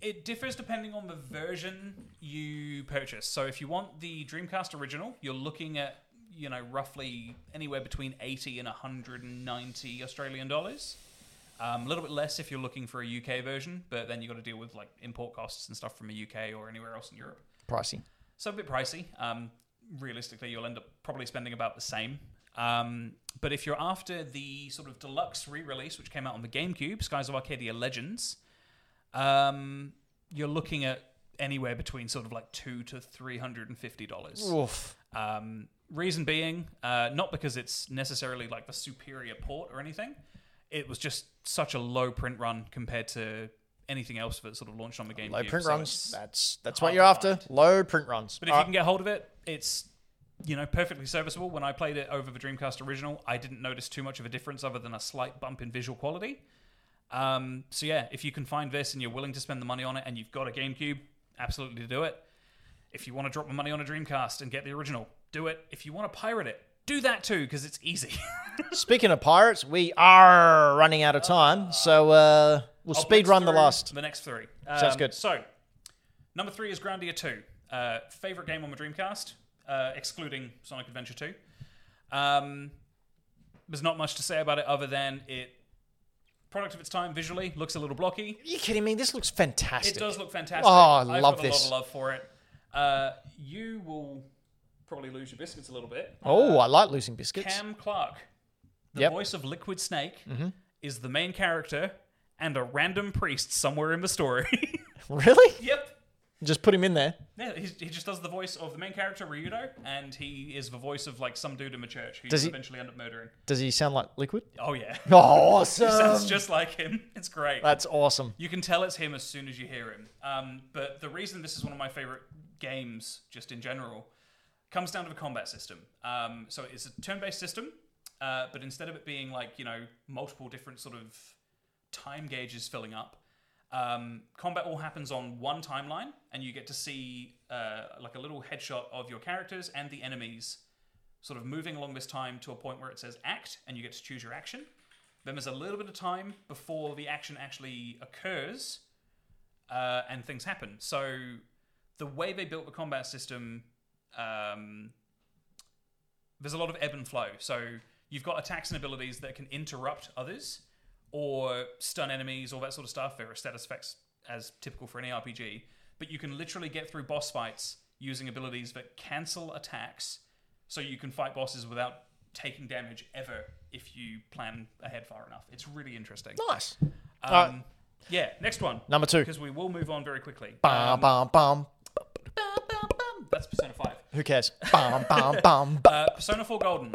S1: It differs depending on the version you purchase. So if you want the Dreamcast original, you're looking at you know roughly anywhere between 80 and 190 Australian dollars. Um, a little bit less if you're looking for a UK version, but then you've got to deal with like import costs and stuff from the UK or anywhere else in Europe.
S2: Pricey.
S1: So a bit pricey. Um, realistically, you'll end up probably spending about the same. Um, but if you're after the sort of deluxe re-release, which came out on the GameCube, Skies of Arcadia Legends, um, you're looking at anywhere between sort of like two to three hundred and fifty dollars.
S2: Oof.
S1: Um, reason being, uh, not because it's necessarily like the superior port or anything. It was just such a low print run compared to anything else that sort of launched on the GameCube.
S2: Low print
S1: so
S2: runs.
S1: it's-
S2: That's that's
S1: hard
S2: what you're
S1: to
S2: after.
S1: find.
S2: Low print runs.
S1: But if you
S2: Alright.
S1: can get hold of it, it's you know perfectly serviceable. When I played it over the Dreamcast original, I didn't notice too much of a difference other than a slight bump in visual quality. Um, so yeah, if you can find this and you're willing to spend the money on it, and you've got a GameCube, absolutely do it. If you want to drop the money on a Dreamcast and get the original, do it. If you want to pirate it, do that too because it's easy.
S2: Speaking of pirates, we are running out of time, so uh, we'll
S1: I'll
S2: speed
S1: blitz
S2: run the
S1: through
S2: last.
S1: The next three.
S2: Sounds
S1: Um,
S2: good.
S1: So, number three is Grandia 2. Uh, favorite game on the Dreamcast, uh, excluding Sonic Adventure 2. Um, there's not much to say about it other than it, product of its time visually, looks a little blocky.
S2: Are you kidding me? This looks fantastic.
S1: It does look fantastic.
S2: Oh, I
S1: I've
S2: love
S1: got
S2: this.
S1: a lot of love for it. Uh, you will probably lose your biscuits a little bit.
S2: Oh, I like losing biscuits.
S1: Cam Clark, the
S2: Yep. Mm-hmm.
S1: voice of Liquid Snake, is the main character and a random priest somewhere in the story.
S2: Really?
S1: yep.
S2: Just put him in there.
S1: Yeah, he, he just does the voice of the main character Ryudo, and he is the voice of like some dude in the church who
S2: Does he-
S1: eventually end up murdering.
S2: Does he sound like liquid?
S1: Oh yeah,
S2: Oh,
S1: sounds
S2: awesome.
S1: just like him. It's great.
S2: That's awesome.
S1: You can tell it's him as soon as you hear him. Um, but the reason this is one of my favorite games, just in general, comes down to the combat system. Um, so it's a turn-based system, uh, but instead of it being like you know multiple different sort of time gauges filling up, um, combat all happens on one timeline, and you get to see uh, like a little headshot of your characters and the enemies sort of moving along this time to a point where it says act and you get to choose your action. Then there's a little bit of time before the action actually occurs uh, and things happen. So the way they built the combat system, um, there's a lot of ebb and flow. So you've got attacks and abilities that can interrupt others or stun enemies, all that sort of stuff. There are status effects as typical for any RPG. But you can literally get through boss fights using abilities that cancel attacks so you can fight bosses without taking damage ever if you plan ahead far enough. It's really interesting.
S2: Nice.
S1: Um,
S2: Alright.
S1: Yeah, next one.
S2: Number two.
S1: Because um, we will move on very quickly. Um,
S2: Bum, bum, bum.
S1: That's Persona 5.
S2: Who cares? Bum, bum, bum, bum.
S1: Uh, Persona 4 Golden.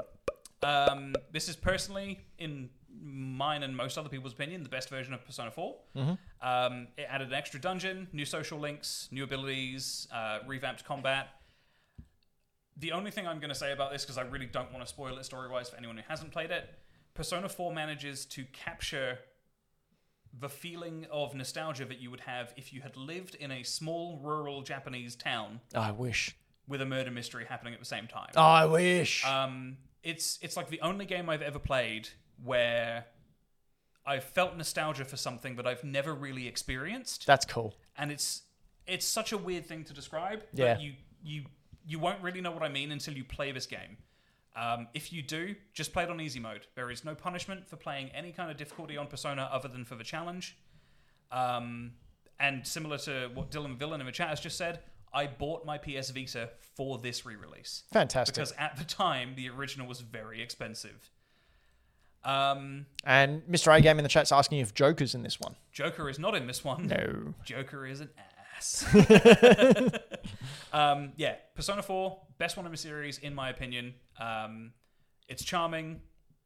S1: Um, this is personally, in mine and most other people's opinion, the best version of Persona 4. Um, it added an extra dungeon, new social links, new abilities, uh, revamped combat. The only thing I'm going to say about this, because I really don't want to spoil it story wise for anyone who hasn't played it, Persona 4 manages to capture the feeling of nostalgia that you would have if you had lived in a small rural Japanese town
S2: I wish.
S1: with a murder mystery happening at the same time.
S2: I wish.
S1: Um, it's it's like the only game I've ever played where I felt nostalgia for something that I've never really experienced,
S2: That's cool.
S1: and it's it's such a weird thing to describe. but
S2: Yeah.
S1: you you you won't really know what I mean until you play this game. Um, if you do, just play it on easy mode. There is no punishment for playing any kind of difficulty on Persona other than for the challenge. Um, and similar to what Dylan Villan in the chat has just said, I bought my PS Vita for this re-release
S2: Fantastic.
S1: because at the time the original was very expensive. Um,
S2: and Mr. A Game in the chat's asking if Joker's in this one.
S1: Joker is not in this one.
S2: No.
S1: Joker is an ass. um, yeah, Persona 4, best one in the series, in my opinion. Um, it's charming,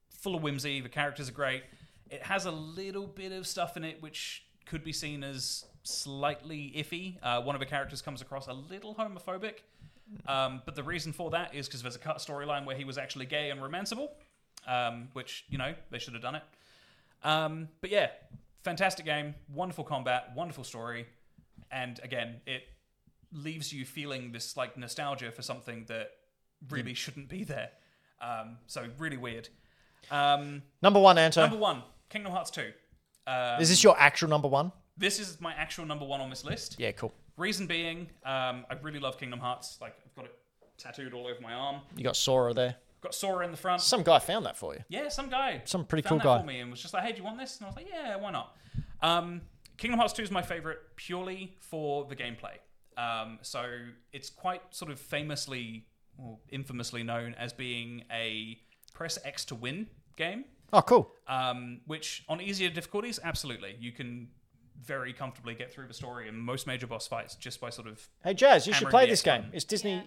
S1: full of whimsy, the characters are great. It has a little bit of stuff in it which could be seen as slightly iffy. Uh, one of the characters comes across a little homophobic, um, but the reason for that is because there's a cut storyline where he was actually gay and romanceable, um, which, you know, they should have done it. Um, but yeah, fantastic game, wonderful combat, wonderful story, and again, it leaves you feeling this like nostalgia for something that really shouldn't be there. Um, so really weird. Um,
S2: Number one, Anto.
S1: number one, Kingdom Hearts two. Um,
S2: Is this your actual number one?
S1: This is my actual number one on this list.
S2: Yeah, cool.
S1: Reason being, um, I really love Kingdom Hearts. Like I've got it tattooed all over my arm.
S2: You got Sora there.
S1: Got Sora in the front.
S2: Some guy found that for you.
S1: yeah, some guy.
S2: Some pretty
S1: found
S2: cool
S1: that
S2: guy.
S1: for me and was just like, "Hey, do you want this?" And I was like, "Yeah, why not?" Um, Kingdom Hearts Two is my favorite purely for the gameplay. Um, so it's quite sort of famously, or infamously known as being a press X to win game.
S2: Oh, cool.
S1: Um, which on easier difficulties, absolutely, you can very comfortably get through the story and most major boss fights just by sort of
S2: Hey, Jazz, you should
S1: Hammering
S2: play
S1: the
S2: this
S1: X-Men.
S2: game. It's Disney.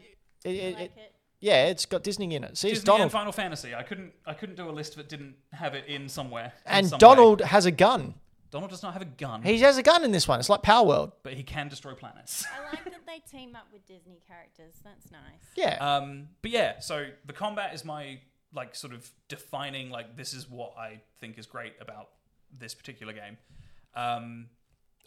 S2: It,
S3: Yeah. I
S2: it,
S3: like
S2: it-
S3: it.
S2: yeah, it's got Disney in it. See,
S1: Disney
S2: it's
S1: and
S2: Donald.
S1: Final Fantasy. I couldn't I couldn't do a list that didn't have it in somewhere. in
S2: And
S1: some way.
S2: Donald has a gun.
S1: Donald does not have a gun,
S2: He has a gun in this one. It's like Power World.
S1: but he can destroy planets.
S3: I like that they team up with Disney characters. That's nice.
S2: Yeah.
S1: Um, but yeah, so the combat is my like sort of defining like this is what I think is great about this particular game. Um,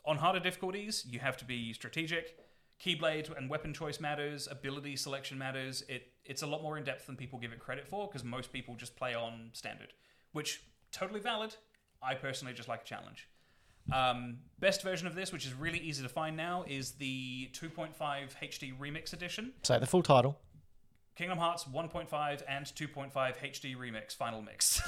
S1: on harder difficulties, you have to be strategic. Keyblade and weapon choice matters. Ability selection matters. It it's a lot more in depth than people give it credit for because most people just play on standard, which totally valid. I personally just like a challenge. Um, best version of this, which is really easy to find now, is the 2.5 HD Remix Edition.
S2: Say the full title.
S1: Kingdom Hearts 1.5 and 2.5 HD Remix Final Mix.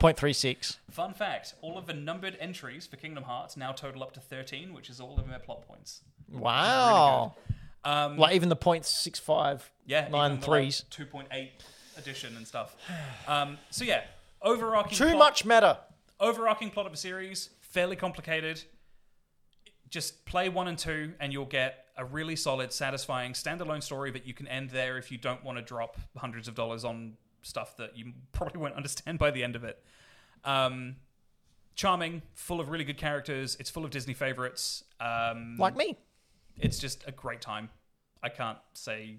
S2: 0.36.
S1: Fun fact all of the numbered entries for Kingdom Hearts now total up to 13, which is all of their plot points.
S2: Wow.
S1: Um,
S2: Like even the 0.65.
S1: yeah, even
S2: Nine
S1: the, like,
S2: threes.
S1: 2.8 edition and stuff. Um, so, yeah, overarching
S2: Too
S1: plot-
S2: much matter.
S1: overarching plot of a series, fairly complicated. Just play one and two, and you'll get a really solid, satisfying standalone story that you can end there if you don't want to drop hundreds of dollars on stuff that you probably won't understand by the end of it. Um, charming, full of really good characters. It's full of Disney favorites. Um,
S2: Like me.
S1: it's just a great time. I can't say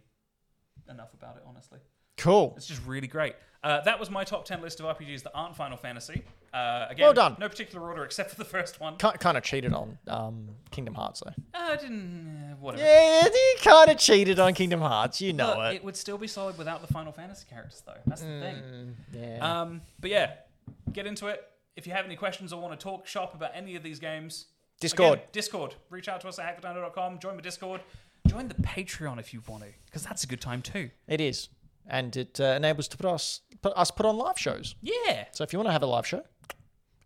S1: enough about it, honestly.
S2: Cool.
S1: It's just really great. Uh, that was my top 10 list of RPGs that aren't Final Fantasy. Uh, again,
S2: Well done.
S1: No particular order except for the first one.
S2: Kind, kind of cheated on um, Kingdom Hearts though.
S1: Uh, I didn't. Uh, whatever.
S2: Yeah, you kind of cheated on Kingdom Hearts. You know
S1: But
S2: it.
S1: it would still be solid without the Final Fantasy characters, though. That's the thing.
S2: Mm, Yeah.
S1: Um, but yeah, get into it. If you have any questions or want to talk shop about any of these games,
S2: Discord.
S1: again, Discord. Reach out to us at hackthedino.com. Join the Discord. Join the Patreon if you want to, because that's a good time too.
S2: It is, and it uh, enables to put us put us put on live shows.
S1: Yeah.
S2: So if you want to have a live show,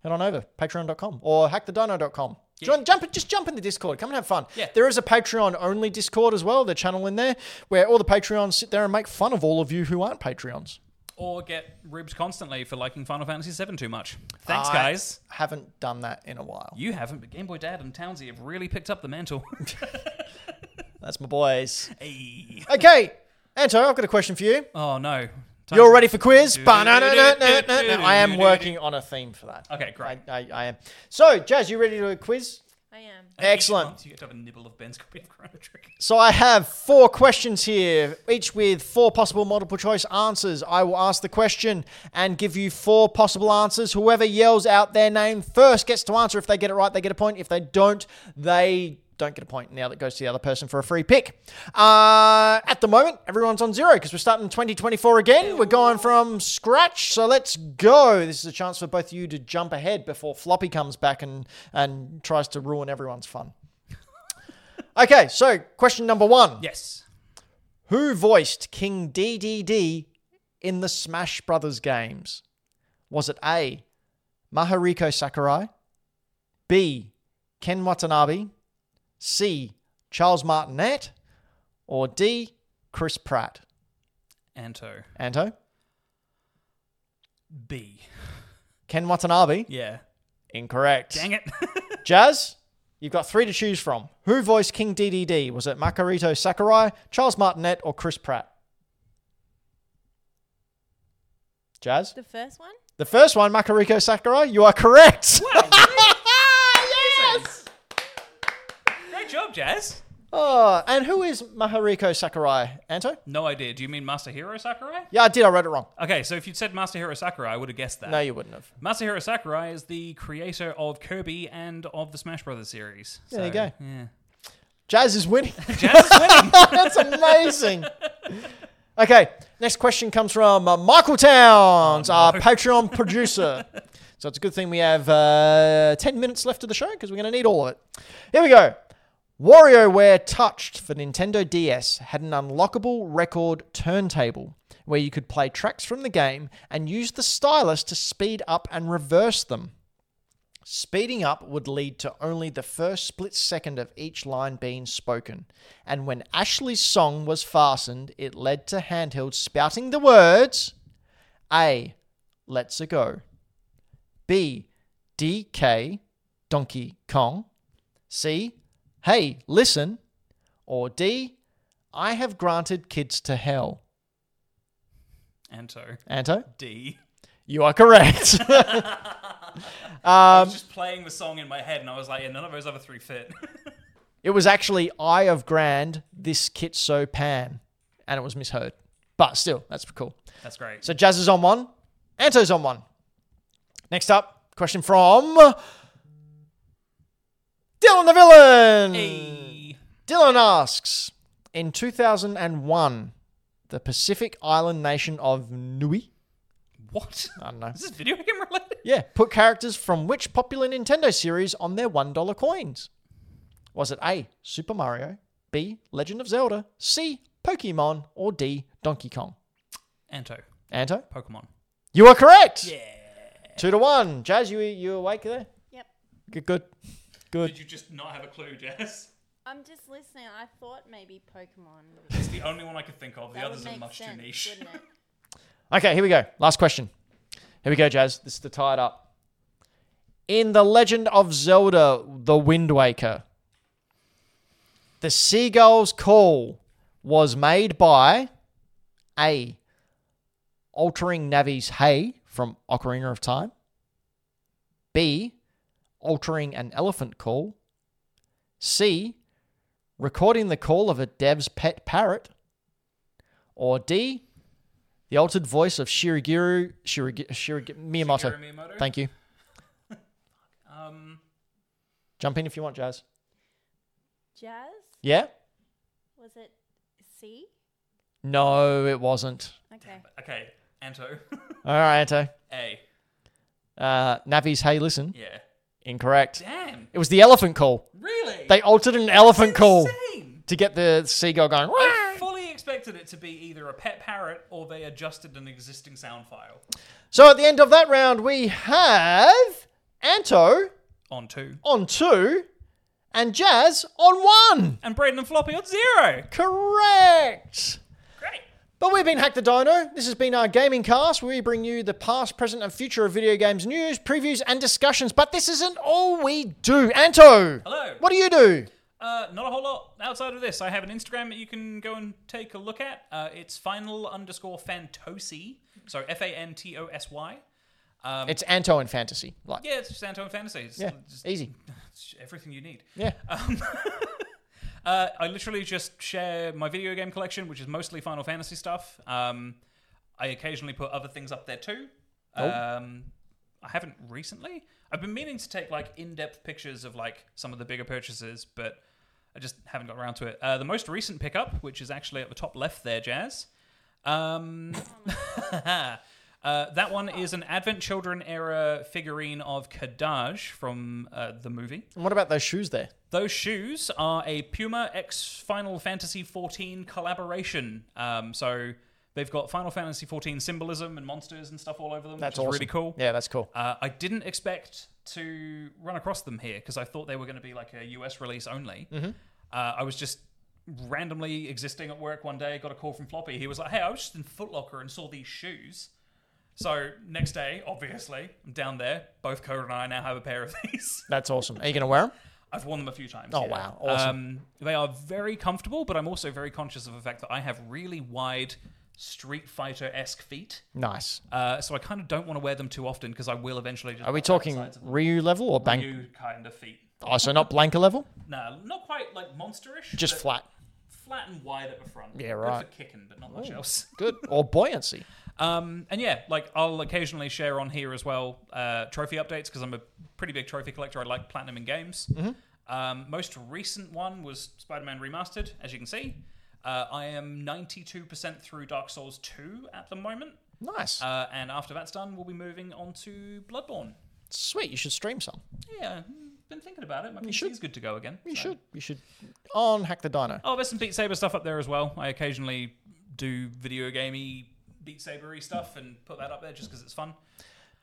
S2: head on over patreon.com or hackthedino.com. Join, jump, just jump in the Discord. Come and have fun.
S1: Yeah.
S2: There is a Patreon only Discord as well. The channel in there where all the Patreons sit there and make fun of all of you who aren't Patreons.
S1: Or get ribs constantly for liking Final Fantasy VII too much. Thanks,
S2: I
S1: guys.
S2: Haven't done that in a while.
S1: You haven't, but Game Boy Dad and Townsy have really picked up the mantle.
S2: That's my boys.
S1: hey.
S2: Okay, Anto, I've got a question for you.
S1: Oh no. Time-
S2: You're ready for quiz?
S1: Do, do, do, do, do,
S2: Ba-na-na-na-na-na. I am
S1: do, do,
S2: working on a theme for that.
S1: Okay,
S2: I,
S1: great.
S2: I, I am. So, Jazz, you ready to do a quiz?
S3: I am.
S2: Excellent.
S1: Each month You get to have a nibble of Ben's copy of Chrono Trigger.
S2: So I have four questions here, each with four possible multiple choice answers. I will ask the question and give you four possible answers. Whoever yells out their name first gets to answer. If they get it right, they get a point. If they don't, they don't get a point. Now that goes to the other person for a free pick. Uh, at the moment, everyone's on zero because we're starting 2024 again. We're going from scratch, so let's go. This is a chance for both of you to jump ahead before Floppy comes back and and tries to ruin everyone's fun. Okay, so question number one.
S1: Yes.
S2: Who voiced King DDD in the Smash Brothers games? Was it A. Mahariko Sakurai, B. Ken Watanabe, C. Charles Martinet, or D. Chris Pratt?
S1: Anto.
S2: Anto,
S1: B.
S2: Ken Watanabe,
S1: Yeah.
S2: incorrect.
S1: Dang it.
S2: Jazz, you've got three to choose from. Who voiced King DDD? Was it Mahariko Sakurai, Charles Martinet, or Chris Pratt? Jazz.
S3: The first one?
S2: The first one, Makariko Sakurai, you are correct.
S1: yes. Great job, Jazz.
S2: oh, and who is Mahariko Sakurai, Anto?
S1: No idea. Do you mean Masahiro Sakurai?
S2: Yeah, I did. I wrote it wrong.
S1: Okay, so if you'd said Masahiro Sakurai, I would have guessed that.
S2: No, you wouldn't have.
S1: Masahiro Sakurai is the creator of Kirby and of the Smash Brothers series.
S2: There you
S1: So,
S2: go.
S1: Yeah.
S2: Jazz is winning.
S1: Jazz is winning.
S2: That's amazing. Okay, next question comes from uh, Michael Towns, our Patreon producer. So it's a good thing we have uh, 10 minutes left of the show because we're going to need all of it. Here we go. WarioWare Touched for Nintendo DS had an unlockable record turntable where you could play tracks from the game and use the stylus to speed up and reverse them. Speeding up would lead to only the first split second of each line being spoken, and when Ashley's song was fastened, it led to handheld spouting the words A. Let's a go. B. DK, Donkey Kong. C. Hey, listen. Or D. I have granted kids to hell.
S1: Anto.
S2: Anto,
S1: D.
S2: you are correct. Um,
S1: I was just playing the song in my head, and I was like, yeah, none of those other three fit.
S2: It was actually Eye of Grand, this Kitso Pan, and it was misheard. But still, that's cool.
S1: That's great.
S2: So Jazz is on one, Anto's on one. Next up, question from Dylan the Villain. hmm.
S1: Hey.
S2: Dylan asks In 2001, the Pacific island nation of Nui,
S1: What?
S2: I don't know,
S1: Is this video game related?
S2: yeah, put characters from which popular Nintendo series on their $1 coins? Was it A, Super Mario, B, Legend of Zelda, C, Pokemon, or D, Donkey Kong?
S1: Anto.
S2: Anto,
S1: Pokemon.
S2: you are correct. Yeah. Two to one. Jazz, you you awake there?
S3: Yep.
S2: Good, good.
S1: Did you just not have a clue, Jess?
S3: I'm just listening. I thought maybe Pokemon.
S1: It's the only one I could think of. The
S3: That
S1: others
S3: would
S1: are
S3: make
S1: much
S3: sense,
S1: too niche.
S3: wouldn't it?
S2: Okay, here we go. Last question. Here we go, Jazz. This is to tie it up. In The Legend of Zelda, The Wind Waker, the seagull's call was made by A. Altering Navi's hay from Ocarina of Time, B. Altering an elephant call, C. Recording the call of a dev's pet parrot, or D. The altered voice of Shirigiru Shirigi, Shirigi, Miyamoto.
S1: Shigeru Miyamoto?
S2: Thank you.
S1: Um,
S2: Jump in if you want, Jazz.
S3: Jazz?
S2: Yeah?
S3: Was it C?
S2: No, it wasn't.
S3: Okay.
S1: okay, Anto.
S2: All right, Anto.
S1: A.
S2: Uh, Navi's Hey Listen.
S1: Yeah.
S2: Incorrect.
S1: Damn.
S2: It was the elephant call.
S1: Really?
S2: They altered an elephant call
S1: Insane.
S2: to get the seagull going.
S1: I fully expected it to be either a pet parrot or they adjusted an existing sound file.
S2: So at the end of that round, we have Anto
S1: On two.
S2: on two and Jazz on one.
S1: And Braden and Floppy on zero.
S2: Correct.
S1: Great.
S2: But we've been Hack the Dino. This has been our gaming cast where we bring you the past, present, and future of video games news, previews, and discussions. But this isn't all we do. Anto,
S1: Hello.
S2: what do you do?
S1: Uh, not a whole lot outside of this. I have an Instagram that you can go and take a look at. Uh, it's final underscore fantosi. So F A N T O S Y.
S2: It's Anto in fantasy. Like, yeah,
S1: Um, Yeah, it's just Anto and Fantasy. It's, it's-
S2: easy.
S1: it's everything you need.
S2: Yeah.
S1: Uh, I literally just share my video game collection, which is mostly Final Fantasy stuff. Um, I occasionally put other things up there too. Um, I haven't recently. I've been meaning to take like in-depth pictures of like some of the bigger purchases, but I just haven't got around to it. Uh, the most recent pickup, which is actually at the top left there, Jazz. Um, uh, that one is an Advent Children era figurine of Kadaj from uh, the movie.
S2: and what about those shoes there?
S1: Those shoes are a Puma X Final Fantasy XIV collaboration. Um, so they've got Final Fantasy XIV symbolism and monsters and stuff all over them.
S2: That's
S1: which is
S2: awesome.
S1: really cool.
S2: Yeah, that's cool.
S1: Uh, I didn't expect to run across them here because I thought they were going to be like a US release only.
S2: Mm-hmm.
S1: Uh, I was just randomly existing at work one day, got a call from Floppy. He was like, "Hey, I was just in Foot Locker and saw these shoes." So next day, obviously, I'm down there. Both Coda and I now have a pair of these.
S2: That's awesome. Are you going to wear them?
S1: I've worn them a few times.
S2: Oh,
S1: yeah.
S2: wow. Awesome.
S1: Um, they are very comfortable, but I'm also very conscious of the fact that I have really wide Street Fighter esque feet,
S2: Nice.
S1: uh, so I kind of don't want to wear them too often because I will eventually. Just
S2: Are we
S1: pop out the
S2: talking
S1: sides of
S2: Ryu level or
S1: the
S2: Bank?
S1: new kind of feet?
S2: Oh, so not Blanca level?
S1: No, not quite like monsterish.
S2: Just
S1: but
S2: flat.
S1: flat and wide at the front.
S2: Yeah,
S1: Good
S2: right.
S1: for kicking, but not much else.
S2: Good. Or buoyancy.
S1: Um, and yeah, like I'll occasionally share on here as well uh, trophy updates because I'm a pretty big trophy collector. I like platinum in games. Um, most recent one was Spider Man Remastered, as you can see. Uh, I am 92% through Dark Souls 2 at the moment.
S2: Nice.
S1: Uh, and after that's done, we'll be moving on to Bloodborne.
S2: Sweet, you should stream some.
S1: Yeah, been thinking about it. My
S2: should.
S1: PC's good to go again.
S2: You
S1: so.
S2: should. You should. On Hack the Dino.
S1: Oh, there's some Beat Saber stuff up there as well. I occasionally do video gamey Beat Sabery stuff and put that up there just because it's fun.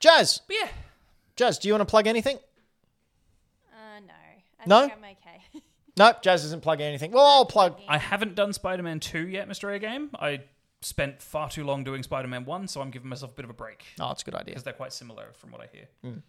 S2: Jazz,
S1: But yeah,
S2: Jazz, do you want to plug anything?
S3: Uh, no. I
S2: No?
S3: think I'm okay.
S2: Nope, Jazz isn't plugging anything. Well, I'll plug.
S1: I haven't done Spider Man 2 yet, Mr. A Game. I spent far too long doing Spider Man 1, so I'm giving myself a bit of a break
S2: Oh, it's a good idea.
S1: because they're quite similar from what I hear.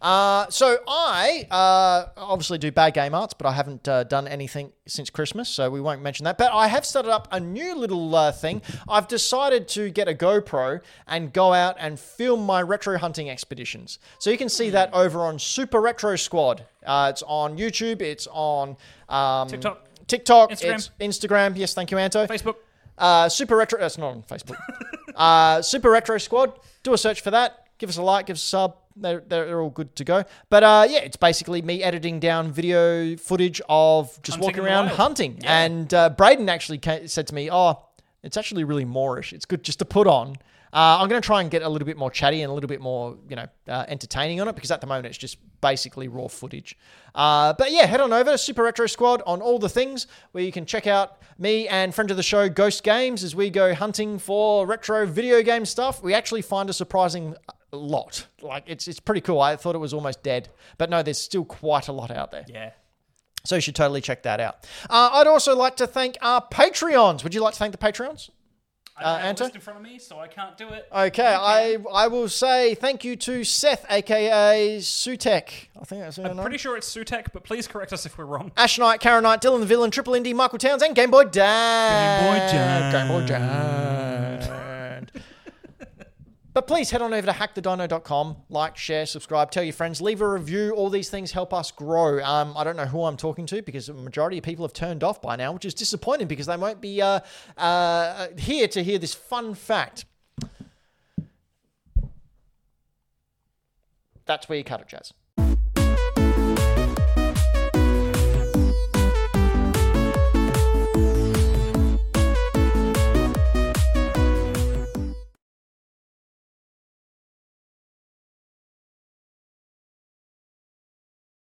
S2: Uh, so I uh, obviously do bad game arts, but I haven't uh, done anything since Christmas, so we won't mention that. But I have started up a new little uh, thing. I've decided to get a GoPro and go out and film my retro hunting expeditions. So you can see
S1: Hmm.
S2: that over on Super Retro Squad. Uh, it's on YouTube. It's on um,
S1: TikTok.
S2: TikTok,
S1: Instagram.
S2: it's Instagram. Yes, thank you, Anto.
S1: Facebook.
S2: Uh, Super Retro. That's not on Facebook. uh, Super Retro Squad. Do a search for that. Give us a like. Give us a sub. They're, they're, they're all good to go. But uh, yeah, it's basically me editing down video footage of just
S1: Hunting
S2: walking
S1: in the
S2: around
S1: wild.
S2: hunting.
S1: Yeah.
S2: And uh, Braden actually ca said to me, "Oh, it's actually really Moorish. It's good just to put on." Uh, I'm going to try and get a little bit more chatty and a little bit more, you know, uh, entertaining on it because at the moment it's just basically raw footage. Uh, but yeah, head on over to Super Retro Squad on all the things where you can check out me and friend of the show Ghost Games as we go hunting for retro video game stuff. We actually find a surprising uh, lot. Like it's it's pretty cool. I thought it was almost dead, but no, there's still quite a lot out there.
S1: Yeah.
S2: So you should totally check that out. Uh, I'd also like to thank our Patreons. Would you like to thank the Patreons?
S1: I
S2: Uh,
S1: don't have a
S2: Anto?
S1: list in front of me, so I can't do it.
S2: Okay, I I will say thank you to Seth, aka Sutek. I think that's your
S1: I'm
S2: name.
S1: pretty sure it's Sutek, but please correct us if we're wrong.
S2: Ash Knight, Karen Knight, Dylan the Villain, Triple Indie, Michael Towns, and Game Boy Dad.
S1: Game Boy
S2: Dad. but please head on over to hackthedino.com, like, share, subscribe, tell your friends, leave a review. All these things help us grow. Um, I don't know who I'm talking to because the majority of people have turned off by now, which is disappointing because they won't be uh, uh, here to hear this fun fact. That's where you cut it, Jazz.